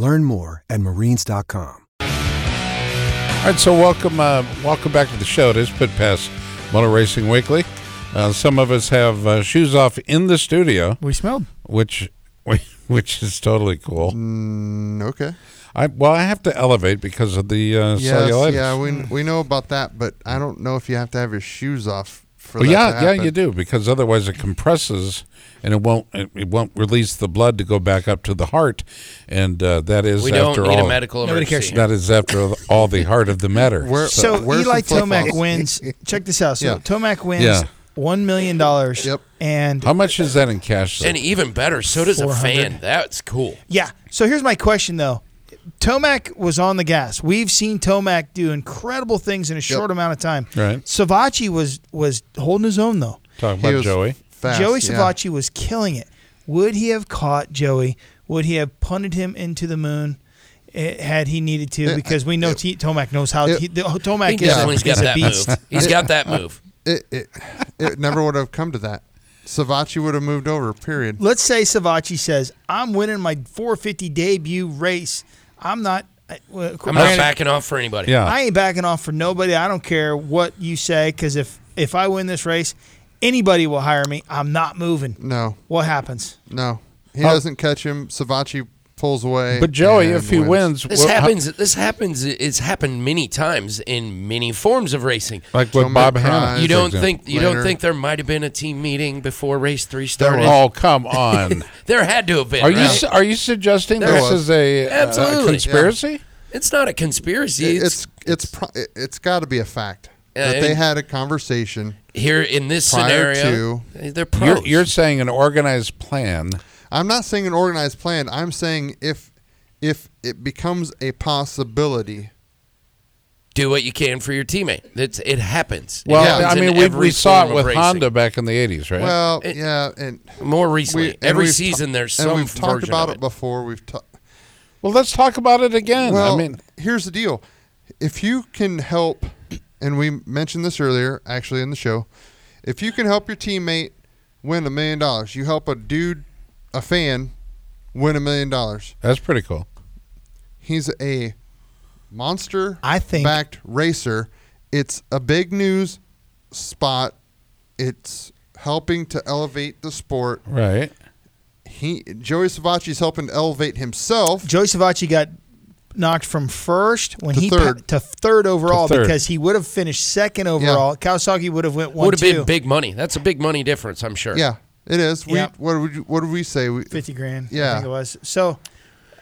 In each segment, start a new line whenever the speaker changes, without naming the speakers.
Learn more at marines.com.
All right, so welcome, uh, welcome back to the show. It is Pit Pass Motor Racing Weekly. Uh, some of us have uh, shoes off in the studio,
We smelled.
which which is totally cool.
Mm, okay.
I well, I have to elevate because of the uh,
Yes,
cellulitis.
yeah, we, we know about that, but I don't know if you have to have your shoes off for
Well,
that.
yeah,
to
yeah,
happen.
you do because otherwise it compresses and it won't it, it won't release the blood to go back up to the heart, and uh, that is
We don't
after
need
all
a medical
Nobody
emergency.
cares.
that is after all the heart of the matter.
Where-
So
where's
Eli
the flip-flops?
Tomac wins. Check this out. So
Yeah.
Tomac wins
Yeah.
one million dollars.
Yep.
And
How much is that in cash? though?
And even better, so does a
400.
fan. That's cool.
yeah. So here's my question though. Tomac was on the gas. We've seen Tomac do incredible things in a short amount of time.
Right.
Savachi was was holding his own though.
Talking
He
about
was
Joey.
fast,
Joey
yeah.
Savachi was killing it. Would he have caught Joey? Would he have punted him into the moon? eh, had he needed to, because we know T- Tomac knows how.
it-
he, the, oh,
He
Tomac is, a,
definitely has got
is a
that
beast.
move. He's got that move.
It, it, it never would have come to that. Savachi would have moved over, period.
let's say Savachi says, "I'm winning my 450 debut race. I'm not. I, well,
I'm not
granted,
backing off for anybody.
Yeah.
I ain't backing off for nobody. I don't care what you say, because if if I win this race, anybody will hire me. I'm not moving.
No,
What happens?
no. He
Oh.
doesn't catch him. Savachi pulls away.
But Joey,
and
if he wins,
This
well, how-
happens. this happens. It's happened many times in many forms of racing.
like with
Tomac
Bob
cries.
Hanna.
As
You
for
don't
example.
think you
later-
don't think there might have been a team meeting before race three started?
Oh, come on.
There had to have been.
Are you
right?
s- are you suggesting
There
this
was.
is a, uh,
Absolutely.
conspiracy?
It's not a conspiracy.
It-
it's,
it's it's pro- it- it's got to be a fact
Yeah,
that they
and-
had a conversation.
here in this
Prior
scenario. they're pros.
You're, you're saying an organized plan.
I'm not saying an organized plan. I'm saying if if it becomes a possibility,
do what you can for your teammate. It's, it happens. It
Well, I
happens in
mean, we,
every
we saw
form
it
of
with
racing.
Honda back in the '80s, right?
well,
It-
yeah, and
More recently,
and
every
we've ta-
season there's
and
some
we've talked
version
about
of
it. before. We've ta-
Well, let's talk about it again.
well.
I mean,
here's the deal: if you can help, and we mentioned this earlier, actually in the show, if you can help your teammate win a million dollars, you help a dude, a fan, win a million dollars.
that's pretty cool.
He's a monster.
I think-
backed racer. It's a big news spot. It's helping to elevate the sport.
Right.
He Joey Savacci's helping to elevate himself.
Joey Savachi got knocked from first when
To
he
third.
to third overall
To third.
because he would have finished second overall. Kawasaki would have went one
would have
two.
been big money. That's a big money difference, I'm sure.
Yeah, it is. We
Yeah.
what would you, what do we say? We,
50 grand. I
Yeah.
think it was. So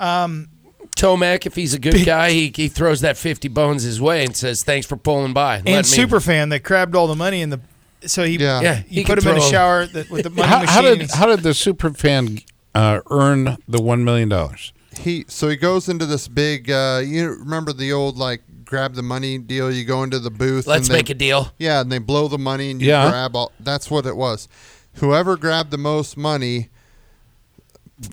Tomac, if he's a good guy, he, he throws that 50 bones his way and says, thanks for pulling by. Let me-
and super fan that grabbed all the money in the so he
Yeah.
Yeah,
he,
he
put
could
him in a
throw 'em.
shower that, with the money
How,
machine.
how
and
did
he-
how did the super fan uh, earn the one million dollars?
he so he goes into this big. Uh, you remember the old like grab the money deal? You go into the booth.
Let's
and they-
make a deal.
Yeah, and they blow the money and you
Yeah.
grab all. That's what it was. Whoever grabbed the most money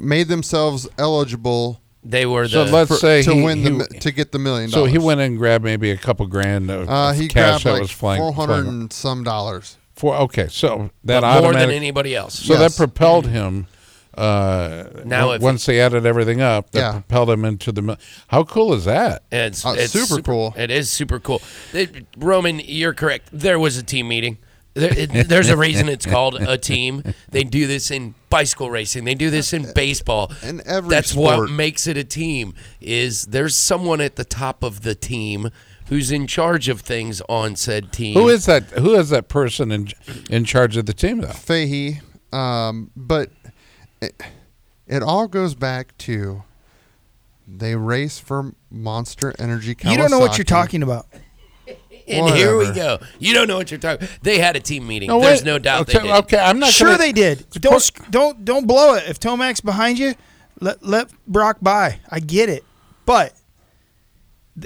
made themselves eligible
They were
So
the.
let's
for,
say
to
he-
win the
he-
mi- to get the million.
So
dollars.
he went and grabbed maybe a couple grand of,
Uh,
of
he
cash
grabbed
that
like
was flying.
four hundred
flying-
and some dollars.
Four, okay, so that
more than
automatic-
anybody else.
So
Yes.
that propelled him. Uh,
Now
now,
if-
once they added everything up, that
Yeah.
propelled him into the. mil- How cool is that?
It's,
Uh,
it's
super cool.
It is super cool. It- Roman, you're correct. There was a team meeting. There, it, there's a reason it's called a team. They do this in bicycle racing. They do this in baseball.
in every
That's
sport.
what makes it a team. Is there's someone at the top of the team who's in charge of things on said team.
Who is that? Who is that person in in charge of the team though?
Fahey, um, but it, it all goes back to they race for Monster Energy. Kawasaki.
you don't know what you're talking about.
And here we
Whatever.
go. You don't know what you're talking. They had a team meeting.
No,
There's
wait.
no doubt
Okay,
they did.
okay, I'm not
Sure
gonna-
they did. Don't sc- don't don't blow it. If Tomac's behind you, let let Brock by. I get it, but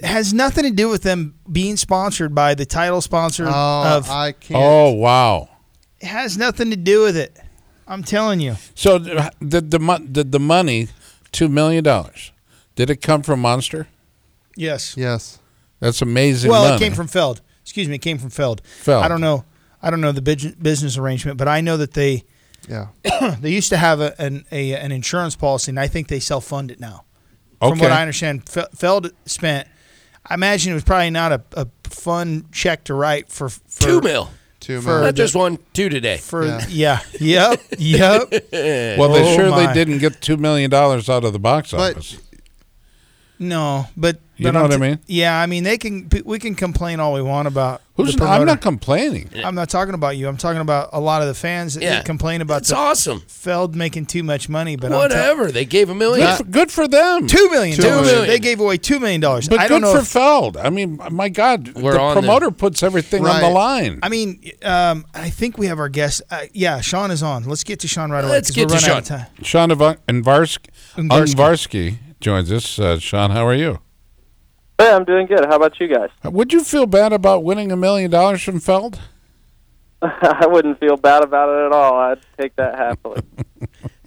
has nothing to do with them being sponsored by the title sponsor
Oh,
of.
I can't.
Oh wow!
it has nothing to do with it. I'm telling you.
So th- did the mon- did the money two million dollars? Did it come from Monster?
Yes.
Yes.
That's amazing.
well, it
money.
came from Feld. Excuse me, it came from Feld.
Feld.
I don't know. I don't know the bus- business arrangement, but I know that they
Yeah.
they used to have a, an a, an insurance policy, and I think they self fund it now. From
Okay.
what I understand, Fe- Feld spent. I imagine it was probably not a, a fun check to write for, for
Two mil.
Two
For-
million.
Not just one, two today.
For yeah, yep, yep.
Well, they
Oh,
surely
my.
didn't get two million dollars out of the box
But-
office.
No, but
You
but
know
I'm
what I mean?
Yeah, I mean they can. We can complain all we want about.
Who's?
the
I'm
promoter.
not complaining.
I'm not talking about you. I'm talking about a lot of the fans that
Yeah.
complain about
That's
the
awesome.
Feld making too much money. But I'm
Whatever. they gave a million.
Good for, good for them.
tell- two million.
Two
dollars.
million.
They gave away two million dollars.
but
I
good
don't know.
for
if-
Feld. I mean, my God,
We're
the
on
promoter puts everything on
Right.
the line.
I mean, um, I think we have our guest. Uh, yeah, Sean is on. Let's get to Sean right away.
Let's
'cause
get
we're
to
running out of
Sean.
time.
Sean Ivan- Invarsk-
Unvarski.
Unvarski joins us. Uh, Sean, how are you?
Hey, I'm doing good. How about you guys?
Would you feel bad about winning a million dollars from Feld?
I wouldn't feel bad about it at all. I'd take that happily.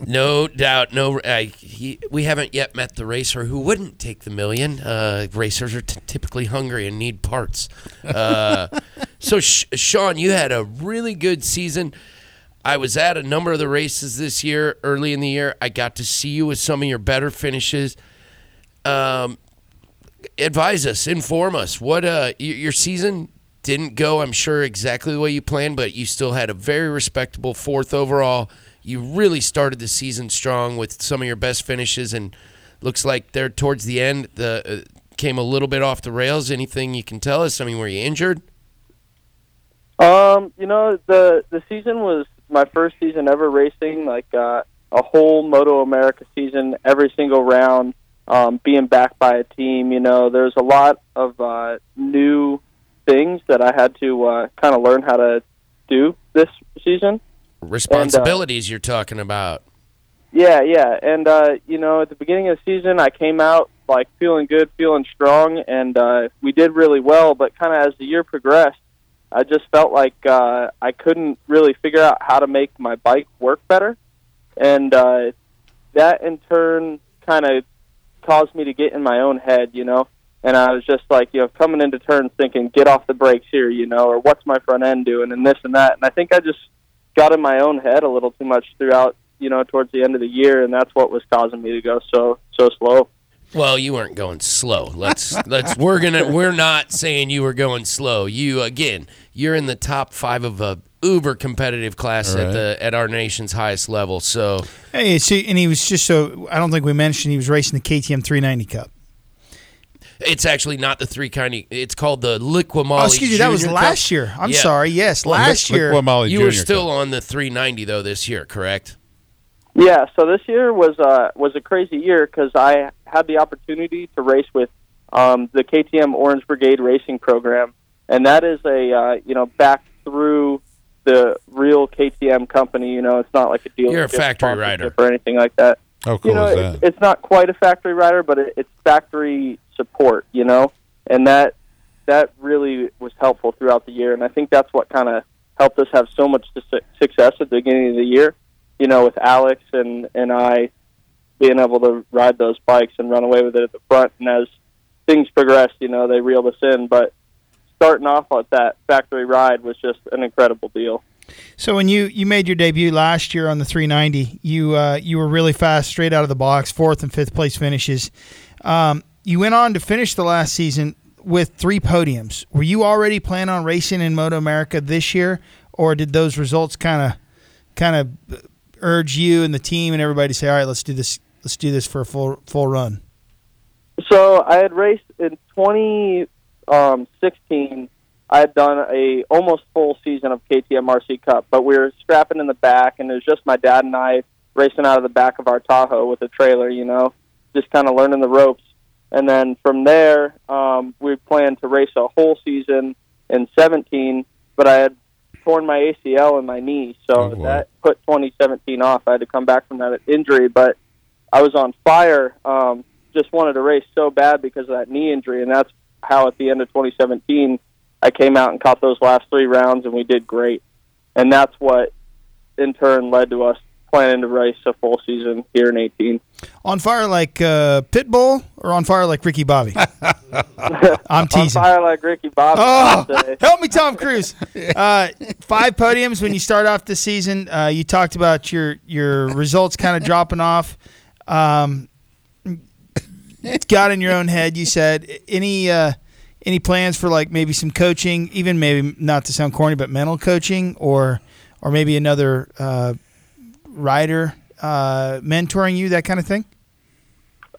No doubt. No, uh, he, we haven't yet met the racer who wouldn't take the million. Uh, racers are t- typically hungry and need parts. Uh, so, Sh- Sean, you had a really good season. I was at a number of the races this year. Early in the year, I got to see you with some of your better finishes. Um, advise us, inform us. What uh, y- your season didn't go, I'm sure, exactly the way you planned, but you still had a very respectable fourth overall. You really started the season strong with some of your best finishes, and looks like there towards the end the uh, came a little bit off the rails. Anything you can tell us? I mean, were you injured?
um, you know, the the season was my first season ever racing, like uh, a whole Moto America season, every single round, um, being backed by a team. You know, there's a lot of uh, new things that I had to uh, kind of learn how to do this season.
Responsibilities you're talking about.
Yeah, yeah, and uh, you know, at the beginning of the season, I came out like feeling good, feeling strong, and uh, we did really well. But kind of as the year progressed, I just felt like uh, I couldn't really figure out how to make my bike work better, and uh, that in turn kind of caused me to get in my own head, you know. And I was just like, you know, coming into turns thinking, get off the brakes here, you know, or what's my front end doing, and this and that. And I think I just got in my own head a little too much throughout, you know, towards the end of the year, and that's what was causing me to go so so slow.
Well, you weren't going slow. Let's let's we're gonna we're not saying you were going slow. You again, you're in the top five of a uber competitive class
All right.
at the at our nation's highest level. So
Hey, see, and he was just so. I don't think we mentioned he was racing the KTM 390 Cup.
it's actually not the three kind. It's called the Liquimolly.
Oh, excuse me, that was last year. I'm
Yeah.
sorry. Yes,
Look-
last
look
year.
what Molly
You were
Jr.
still
did.
on the 390 though this year, correct?
Yeah, so this year was uh, was a crazy year because I had the opportunity to race with um, the KTM Orange Brigade Racing Program, and that is a uh, you know back through the real KTM company. You know, it's not like a deal.
You're a factory rider.
or anything like that.
How cool
you know,
is
it's-
that?
it's not quite a factory rider, but it, it's factory support, you know, and that that really was helpful throughout the year, and I think that's what kind of helped us have so much su- success at the beginning of the year, you know, with Alex and and I being able to ride those bikes and run away with it at the front, and as things progressed, you know, they reeled us in, but starting off at that factory ride was just an incredible deal.
So when you you made your debut last year on the 390, you uh, you were really fast, straight out of the box, fourth and fifth place finishes. Um, you went on to finish the last season with three podiums. Were you already planning on racing in Moto America this year, or did those results kind of kind of urge you and the team and everybody to say, "All right, let's do this. Let's do this for a full full run."
So I had raced in 2016. I had done a almost full season of KTM RC Cup, but we were scrapping in the back, and it was just my dad and I racing out of the back of our Tahoe with a trailer, you know, just kind of learning the ropes. And then from there, um, we planned to race a whole season in 17, but I had torn my ACL and my knee, so
Oh, wow.
that put 2017 off. I had to come back from that injury, but I was on fire. Um, just wanted to race so bad because of that knee injury, and that's how at the end of 2017 I came out and caught those last three rounds, and we did great. And that's what, in turn, led to us planning to race a full season here in 18.
On fire like uh, Pitbull or on fire like Ricky Bobby? I'm teasing.
On fire like Ricky Bobby.
Oh,
I'd say.
help me, Tom Cruise. Uh, five podiums when you start off the season. Uh, you talked about your your results kind of dropping off. Um, it's got in your own head. You said any uh, any plans for like maybe some coaching, even maybe not to sound corny, but mental coaching or or maybe another uh, rider uh, mentoring you, that kind of thing.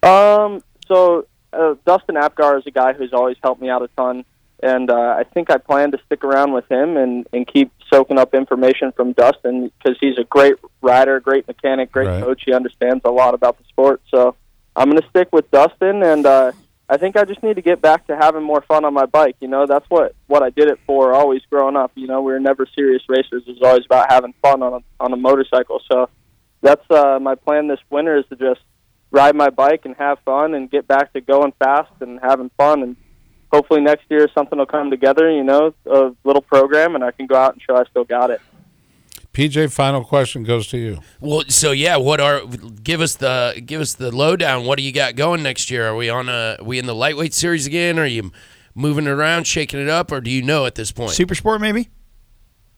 Um, so uh, Dustin Apgar is a guy who's always helped me out a ton, and uh, I think I plan to stick around with him and and keep soaking up information from Dustin because he's a great rider, great mechanic, great
Right.
coach. He understands a lot about the sport. So I'm going to stick with Dustin, and uh, I think I just need to get back to having more fun on my bike. You know, that's what what I did it for. Always growing up, you know, we were never serious racers. It was always about having fun on a, on a motorcycle. So that's uh, my plan this winter is to just ride my bike and have fun and get back to going fast and having fun and hopefully next year something will come together you know a little program and i can go out and show i still got it
PJ, final question goes to you.
Well, so yeah, what are give us the give us the lowdown? What do you got going next year? Are we on a we in the lightweight series again? Are you moving it around, shaking it up, or do you know at this point?
Super sport, maybe.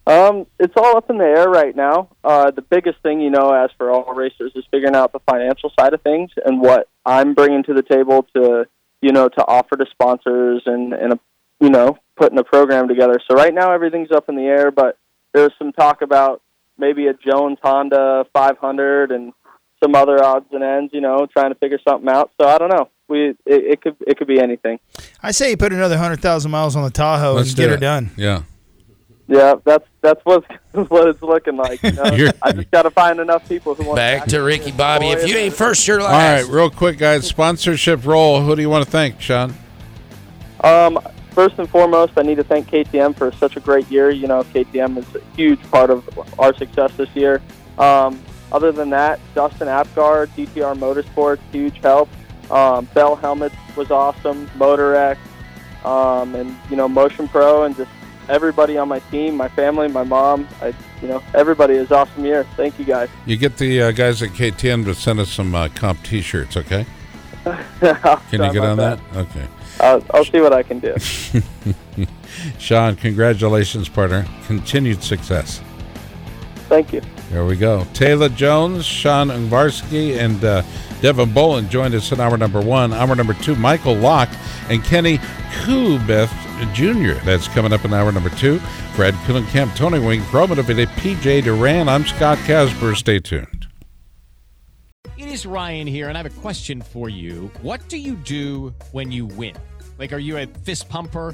um, it's all up in the air right now uh, the biggest thing you know as for all racers is figuring out the financial side of things and what i'm bringing to the table to you know to offer to sponsors and and a, you know putting a program together so right now everything's up in the air but there's some talk about maybe a jones honda 500 and some other odds and ends you know trying to figure something out so i don't know we it, it could it could be anything
I say you put another hundred thousand miles on the Tahoe
Let's
and
do
get her
it.
done.
Yeah.
Yeah, that's that's what's what it's looking like. You know?
You're-
I just got to find enough people who want
Back to Ricky Bobby. If you ain't first, you're
All right,
last.
real quick, guys. Sponsorship roll. Who do you want to thank, Sean?
Um, first and foremost, I need to thank KTM for such a great year. You know, KTM is a huge part of our success this year. Um, other than that, Dustin Apgar, DTR Motorsports, huge help. Um, Bell Helmets was awesome. Motorex, um, and you know, Motion Pro, and just everybody on my team, my family, my mom. I, you know, everybody is awesome year. Thank you guys.
You get the uh, guys at KTM to send us some uh, comp T-shirts, okay? Can you get on that? Okay.
I'll, I'll see what I can do.
Sean, congratulations, partner. Continued success.
Thank you.
There we go. Taylor Jones, Sean Ungvarsky, and uh, Devin Boland joined us in hour number one. Hour number two, Michael Locke and Kenny Kubeth Jr. That's coming up in hour number two. Brad Kuhlenkamp, Tony Wing, Roman Avita, PJ Duran. I'm Scott Casper. Stay tuned.
It is Ryan here, and I have a question for you. What do you do when you win? Like, are you a fist pumper?